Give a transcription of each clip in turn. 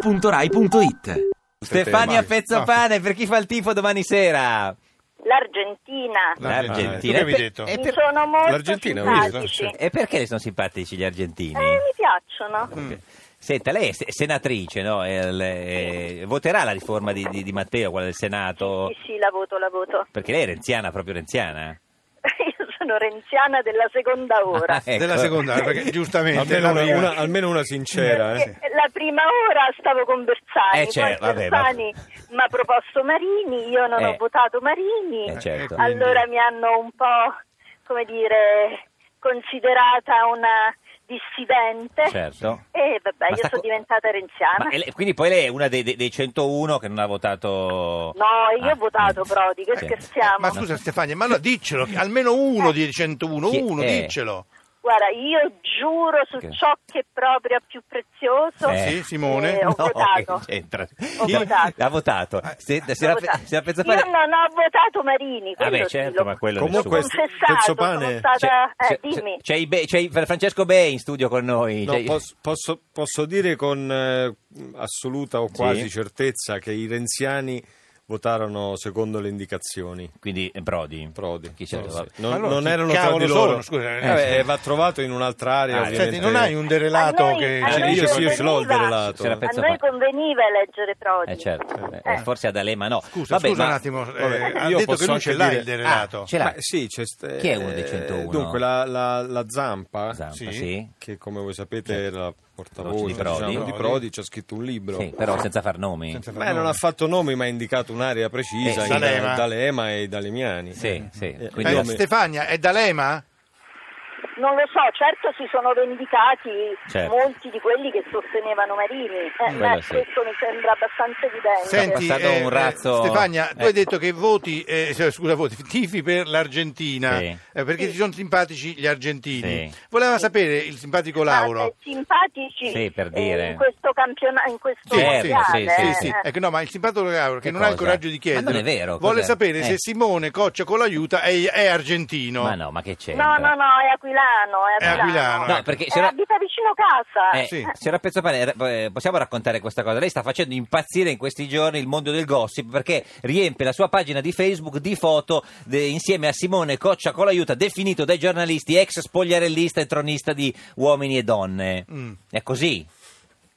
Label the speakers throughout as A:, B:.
A: radio2pod.rai.it
B: Stefania Pezzopane, per chi fa il tifo domani sera?
C: L'Argentina.
B: L'Argentina.
D: Ah, Tu che mi hai detto?
B: E,
C: Mi
B: per-
C: sono molto
D: L'Argentina,
C: simpatici.
D: ho visto,
B: e perché sono simpatici gli argentini?
C: Eh, mi piacciono.
D: Mm.
B: Senta, lei è se- senatrice, no? Eh, le- eh, voterà la riforma di, di- di Matteo, quella del Senato?
C: Sì, sì, la voto, la voto.
B: Perché lei è renziana, proprio renziana?
C: Io sono renziana della seconda ora.
B: Ah, ecco.
D: Della seconda, eh, perché giustamente
E: Almeno
D: la
E: una,
D: prima-
E: una- almeno una sincera. eh.
C: Perché La prima ora stavo con Bersani,
B: Eh, certo,
C: poi
B: vabbè,
C: Bersani mi ha proposto Marini, io non
B: Eh.
C: ho votato Marini,
B: Eh, certo.
C: allora mi hanno un po', come dire, considerata una dissidente
B: Certo.
C: e vabbè,
B: Ma
C: io
B: sta
C: sono
B: co-
C: diventata renziana.
B: Ma è lei- quindi poi lei è una dei, dei- dei 101 che non ha votato...
C: No, io
B: Ah,
C: ho votato
B: niente.
C: Prodi, che
B: Sì.
C: scherziamo.
D: Ma scusa Stefania, ma allora diccelo, che almeno uno di 101,
B: Chi-
D: uno,
B: eh.
D: diccelo.
C: Guarda, io giuro su
B: Che-
C: ciò che è proprio ha più prezioso.
B: Eh.
D: Sì, Simone?
C: eh, ho
B: No,
C: votato.
B: che c'entra?
C: Ho
B: Io-
C: votato.
B: Ha votato.
D: Eh,
B: Se, eh, se
C: Ho
B: la-
C: votato.
B: se la Pezzopane-
C: Io non ho votato Marini, quello
B: Vabbè,
C: sì,
B: certo,
C: l'ho
B: ma quello
E: Comunque,
B: nessuno. Cioè,
C: confessato, sono
E: Pezzo pane.
B: C'è,
C: stata... eh,
B: c'è-
C: dimmi.
B: c'è i Be- c'è i- Francesco Bei in studio con noi.
E: No,
B: C'è-
E: pos- posso, posso dire con eh, assoluta o quasi
B: Sì.
E: certezza che i renziani votarono secondo le indicazioni.
B: Quindi eh, Prodi.
E: Prodi.
B: Chi c'era?
E: Sì,
B: Vabbè.
E: sì. Non,
D: Ma allora
E: non
D: chi
E: erano tra
D: cavolo
E: di loro.
D: sono, scusa? Eh,
E: Vabbè, va trovato in un'altra area.
B: Ah,
E: ovviamente.
D: Senti, non hai un
C: A
D: derelato
C: noi-
D: che...
C: a
E: Sì,
C: noi
E: io, sì, io ce l'ho il
C: conveniva-
E: derelato.
B: C'era Pezzo
C: A noi
B: pane.
C: conveniva eleggere Prodi.
B: Eh, certo. Eh,
C: Eh.
B: forse ad Alema no.
D: Scusa,
B: Vabbè,
D: scusa
B: ma-
D: un attimo, eh,
E: Vabbè,
D: ha
E: io
D: detto
E: posso
D: che lui
E: anche
D: ce l'ha
E: dire-
D: il derelato.
B: Ah, ce l'ha.
E: Ma sì, c'è st-
B: Chi è uno dei
E: eh,
B: 101?
E: Dunque, la, la- la Zampa,
B: Zampa,
D: Sì.
B: sì.
E: che come voi sapete era la
B: Voce
E: portavoce
B: di Prodi.
E: diciamo, di Prodi, ci ha scritto un libro.
B: Sì, però senza far nomi.
D: Senza far
E: Beh, non
D: nome.
E: ha fatto nomi, ma ha indicato un'area precisa,
B: Eh,
E: i
D: D'Alema.
E: Da- D'Alema e i Dalemiani.
B: Sì, sì.
E: Eh,
B: Quindi-
D: Eh,
E: nome-
D: Stefania, è D'Alema?
C: Non lo so, certo si sono vendicati
B: Certo.
C: molti di quelli che sostenevano Marini, eh,
B: Mm.
C: ma
B: Quello sì.
C: questo mi sembra abbastanza evidente.
D: Senti,
B: passato
D: eh,
B: un razzo-
D: Stefania, tu
B: Ecco.
D: hai detto che voti, eh, cioè, scusa, voti, tifi per l'Argentina,
B: Sì.
D: eh, perché
C: Sì.
D: ti sono simpatici gli argentini.
B: Sì.
D: Voleva sapere il simpatico
C: Ah,
D: Lauro.
C: beh, simpatici
B: Sì, per
C: eh,
B: dire.
C: in questo campionato, in questo
B: Sì,
C: mondiale,
B: certo, sì, sì,
C: eh,
B: sì.
C: eh.
D: Ecco, no, ma il simpatico Lauro che,
B: Che
D: non ha il
B: cosa?
D: coraggio di
B: Ma
D: chiedere,
B: non è vero,
D: vuole
B: cos'è?
D: sapere
B: Eh.
D: se Simone Coccia con l'aiuta è, è argentino.
B: Ma no, ma che c'è?
C: No, no, no, è aquilano, è
D: È aquilano.
C: aquilano.
B: No, perché
C: Eh,
B: c'era...
C: abita vicino casa.
B: Eh,
D: sì.
B: signora Pezzopane, ra- eh, possiamo raccontare questa cosa? Lei sta facendo impazzire in questi giorni il mondo del gossip perché riempie la sua pagina di Facebook di foto de- insieme a Simone Coccia con l'aiuta, definito dai giornalisti ex spogliarellista e tronista di uomini e donne.
D: Mm.
B: È così?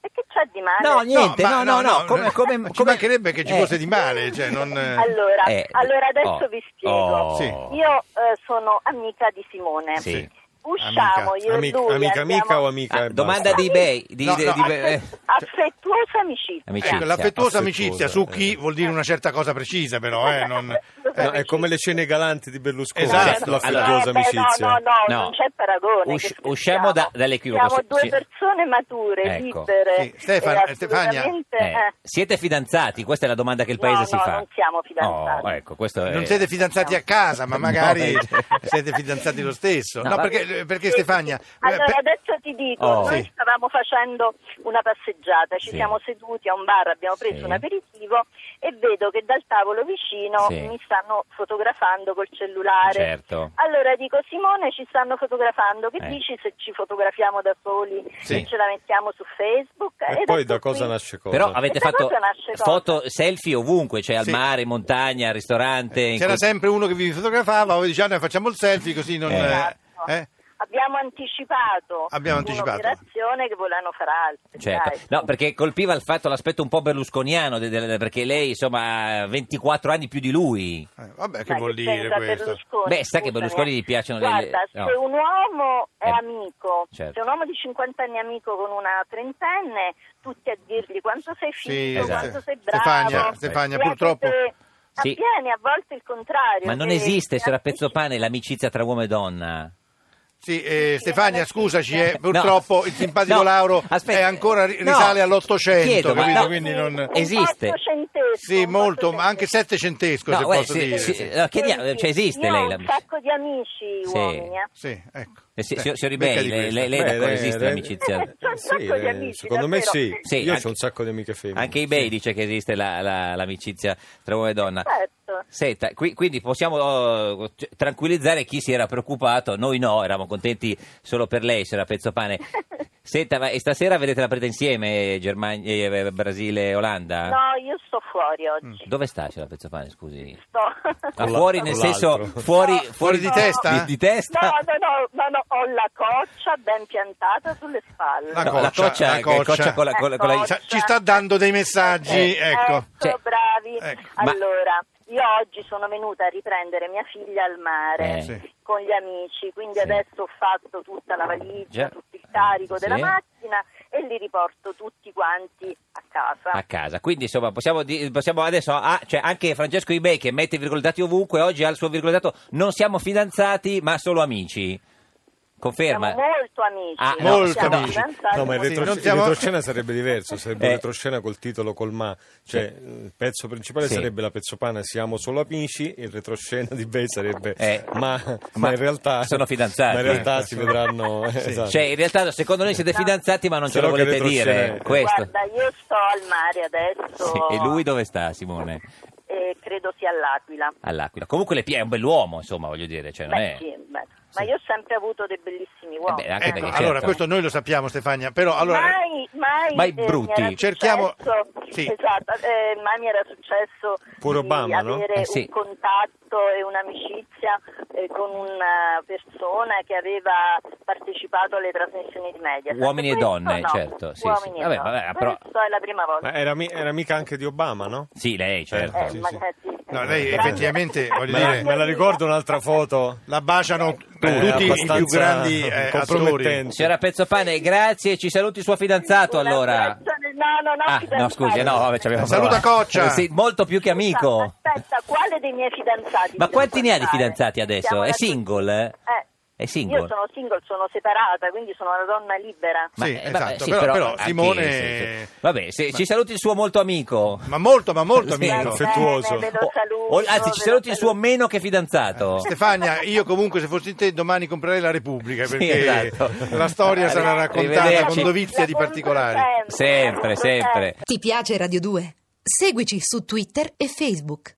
C: E che c'è di male?
B: No, niente,
D: ma-
B: no, no, no, come, come,
D: ci
B: come-
D: mancherebbe che ci
B: eh,
D: fosse di male, cioè, non, eh,
C: Allora,
B: eh,
C: allora adesso
B: oh,
C: vi spiego.
B: oh.
D: Sì.
C: Io eh, sono amica di Simone.
B: Sì.
C: Usciamo
D: Amica.
C: io
E: Amica,
C: e lui.
E: amica, amica
C: abbiamo
E: o amica?
B: Ah,
E: e
B: domanda
E: basta?
B: di eBay. Di,
D: No,
B: di-
D: no,
B: di- eh,
C: affe- affettuosa amicizia.
B: Amicizia.
D: Ecco, l'affettuosa
E: Affettuosa,
D: amicizia su chi
E: eh.
D: vuol dire una certa cosa precisa, però, eh, non...
E: No, è come le cene galanti di Berlusconi,
D: Esatto.
E: l'affettuosa
C: Eh, beh,
E: amicizia.
C: No, no, no,
B: No.
C: non c'è paragone.
B: Usci-
C: che scherziamo.
B: usciamo da- dall'equivoco.
C: Siamo due
B: Sì.
C: persone mature,
B: Ecco.
C: libere.
D: Sì, Stefan-
C: eh,
D: Stefania.
C: assolutamente,
B: eh,
C: eh.
B: siete fidanzati? Questa è la domanda che il
C: No,
B: paese si
C: no,
B: fa.
C: non siamo fidanzati.
B: Oh, ecco, questo è-
D: Non siete fidanzati a casa, ma magari
B: No, eh.
D: siete fidanzati lo stesso.
B: No,
D: No,
B: va-
D: perché, perché
C: Sì,
D: Stefania... eh,
C: sì. Allora,
D: per-
C: adesso ti dico,
B: Oh.
C: noi
B: Sì.
C: stavamo facendo una passeggiata, ci
B: Sì.
C: siamo seduti a un bar, abbiamo preso
B: Sì.
C: un aperitivo e vedo che dal tavolo vicino
B: Sì.
C: mi stanno fotografando col cellulare.
B: Certo.
C: Allora dico Simone ci stanno fotografando, che
B: Eh.
C: dici se ci fotografiamo da soli
B: Sì.
C: e ce la mettiamo su Facebook?
E: E poi da
C: ecco
E: cosa
C: qui-
E: nasce cosa?
B: Però avete
C: Questa
B: fatto
C: cosa nasce cosa?
B: foto, selfie ovunque, cioè al
D: Sì. Eh,
B: mare, in montagna, al ristorante. in
D: C'era
B: cui-
D: sempre uno che vi fotografava, voi diciamo facciamo il selfie così non...
B: Eh.
D: eh,
C: Esatto.
D: eh?
C: Abbiamo anticipato
D: Abbiamo anticipato.
C: un'operazione che volevano fare altri.
B: Certo.
C: dai.
B: No, perché colpiva il fatto l'aspetto un po' berlusconiano, de- de- perché lei insomma ha 24 anni più di lui.
D: Eh, Vabbè, che
C: Ma
D: vuol dire
C: pensa
D: questo?
C: Berlusconi,
B: Beh, sa che
C: scusami,
B: Berlusconi
C: eh.
B: gli piacciono le-
C: Guarda,
B: no.
C: se un uomo è
B: Eh,
C: amico,
B: certo.
C: se un uomo di 50 anni è amico con una trentenne, tutti a dirgli quanto sei
D: Sì,
C: figo,
B: esatto.
C: quanto sei bravo.
D: Stefania, Stefania,
C: Piace
D: purtroppo...
C: te.
B: Certo. Sì.
C: Avviene a volte il contrario.
B: Ma non
C: che-
B: esiste,
C: che
B: signora
C: amici-
B: Pezzopane, l'amicizia tra uomo e donna.
D: Sì, eh, Stefania, scusaci, eh,
B: No.
D: purtroppo il simpatico
B: No,
D: Lauro
B: aspetta.
D: è ancora ri-
B: No.
D: risale all'Ottocento,
B: Chiedo, ma
D: capito?
B: no.
D: Quindi
C: Un
D: non...
B: Esiste.
C: ottocentesco,
D: Eh, Sì,
C: un
D: molto, ma
C: ottocentesco.
D: anche settecentesco, se
B: eh,
D: posso
B: sì,
D: dire.
B: sì,
D: Sì,
B: eh, chiediamo,
C: Senti,
B: cioè, esiste
C: io
B: lei
C: ho
B: la
C: un sacco di amici
B: Sì.
C: uomini, eh.
D: Sì, ecco.
B: Eh, sì,
D: Eh,
B: signor- signor
D: becca
B: Ribei,
D: di
B: lei-
D: questa.
B: lei- lei-
E: Beh,
B: d'accordo,
E: re-
B: esiste
E: re-
B: l'amicizia?
E: eh,
C: C'ho un
E: sì,
C: sacco di
E: eh,
C: amici,
E: secondo me
C: davvero.
E: sì.
B: Sì,
E: Io
B: anche-
E: ho un sacco di amiche femmine.
B: Anche eBay dice che esiste la- la- l'amicizia tra uomo e donna.
C: Certo.
B: Senta, qui- quindi possiamo oh, c- tranquillizzare chi si era preoccupato, noi no, eravamo contenti solo per lei, signora Pezzopane. Senta, ma e stasera vedete la partita insieme Germania, eh, eh, Brasile, Olanda?
C: No, io sto fuori oggi.
B: Dove sta c'è la pezzopane, scusi?
C: Sto-
B: Mm. Ah,
E: Con la-
B: fuori nel
E: con
B: senso
E: l'altro.
B: fuori,
C: No,
B: fuori
D: no. testa?
B: Di, di testa?
C: No, no, no, no, no, ho la coccia ben piantata sulle spalle.
D: La
B: No, la
D: coccia,
B: coccia,
D: la
B: eh, coccia
D: coccia.
B: con la, con la- con la-
C: Ecco.
D: Sa- Ci sta dando dei messaggi,
B: Eh,
D: ecco.
B: Cioè-
C: bravi.
D: Ecco.
B: Ma-
C: Allora, io oggi sono venuta a riprendere mia figlia al mare
B: Eh.
D: Sì.
C: con gli amici, quindi
B: Sì.
C: adesso ho fatto tutta la valigia,
B: Già.
C: tutto il carico
B: Sì.
C: della macchina e li riporto tutti quanti a casa.
B: a casa. Quindi insomma possiamo, di- possiamo adesso ah, cioè, anche Francesco Ibei che mette i virgolettati ovunque, oggi ha il suo virgolettato non siamo fidanzati ma solo amici. Conferma.
C: Siamo molto amici.
B: Ah,
C: non
D: molto
C: siamo
D: amici.
C: fidanzati,
E: No, ma il,
D: Sì,
E: retro-
D: non
E: il
D: siamo-
E: retroscena sarebbe diverso, sarebbe
B: Eh.
E: un retroscena col titolo col ma, cioè il pezzo principale
B: Sì.
E: sarebbe la pezzopana siamo solo amici, il retroscena di Bay sarebbe
B: Eh.
E: ma, ma
B: Ma
E: in realtà
B: sono fidanzati.
E: Ma in realtà
D: Eh.
E: si vedranno
D: Sì.
E: esatto.
B: Cioè, in realtà, secondo noi
C: Esatto.
B: siete fidanzati, ma non
E: Se
B: ce lo
E: no che
B: volete dire.
E: retroscena.
B: Questo.
C: Guarda, io sto al mare adesso
B: Sì, E lui dove sta, Simone?
C: eh, credo sia all'Aquila.
B: All'Aquila. Comunque le Pia è un bell'uomo, insomma, voglio dire. Cioè, non
C: Beh,
B: è...
C: sì, beh. Ma io ho sempre avuto dei bellissimi uomini.
B: Eh beh, anche
D: Ecco,
B: perché,
D: allora,
B: certo.
D: questo noi lo sappiamo, Stefania, però allora...
C: mai, mai,
B: mai
C: eh, mi
B: brutti.
C: era
D: Cerchiamo-
C: successo-
D: sì.
C: esatto, eh, mai mi era successo
E: Pure
C: di
E: Obama, no?
C: avere
B: Eh, sì.
C: un contatto e un'amicizia eh, con una persona che aveva partecipato alle trasmissioni di media.
B: Uomini e donne, certo, sì,
C: Uomini
B: sì.
C: e
B: Vabbè,
C: donne.
B: vabbè, però-
C: Questo è la prima volta.
E: Ma era, mi- era amica anche di Obama, no?
B: Sì, lei, certo.
C: Eh,
E: sì,
C: ma-
E: sì.
D: No, lei
C: Grande-
D: effettivamente, voglio
E: Me la,
D: dire-
E: me la ricordo un'altra foto.
D: La baciano
E: Eh,
D: tutti i
E: abbastanza
D: più grandi eh, attori.
E: compromettente.
B: Signora Pezzopane, grazie, ci saluti suo fidanzato
C: Un
B: allora.
C: abbraccio nel- No, no, no,
B: Ah,
C: fidanzato.
B: no, scusi, no, vabbè, ci abbiamo
D: Saluta
B: provato.
D: Coccia.
B: Eh, Sì, molto più che amico.
C: Aspetta, quale dei miei fidanzati?
B: Ma
C: ti devo
B: quanti ne ha di
C: portare?
B: fidanzati adesso?
C: Siamo
B: È
C: la-
B: single? eh?
C: Eh,
B: È
C: Io
B: single.
C: sono single, sono separata, quindi sono una donna libera.
B: Ma-
D: Sì,
B: eh, vabbè,
D: esatto,
B: sì,
D: però, però
B: anche-
D: Simone...
B: sì, sì. Vabbè, se- ci saluti il suo molto amico.
D: Ma molto, ma molto
B: Sì.
D: amico.
E: Sì. affettuoso.
C: Bene, ve
B: O-
C: lo saluto,
B: o- anzi,
C: ve
B: ci
C: lo
B: saluti il suo
C: saluto. Eh,
B: meno che fidanzato.
D: Stefania, io comunque se fossi in te domani comprerei la Repubblica
B: Sì,
D: perché
B: esatto.
D: la storia sarà raccontata
B: Arrivederci.
D: con dovizia di
C: La compro
D: particolari.
B: Sempre, sempre.
A: Ti piace Radio 2? Seguici su Twitter e Facebook.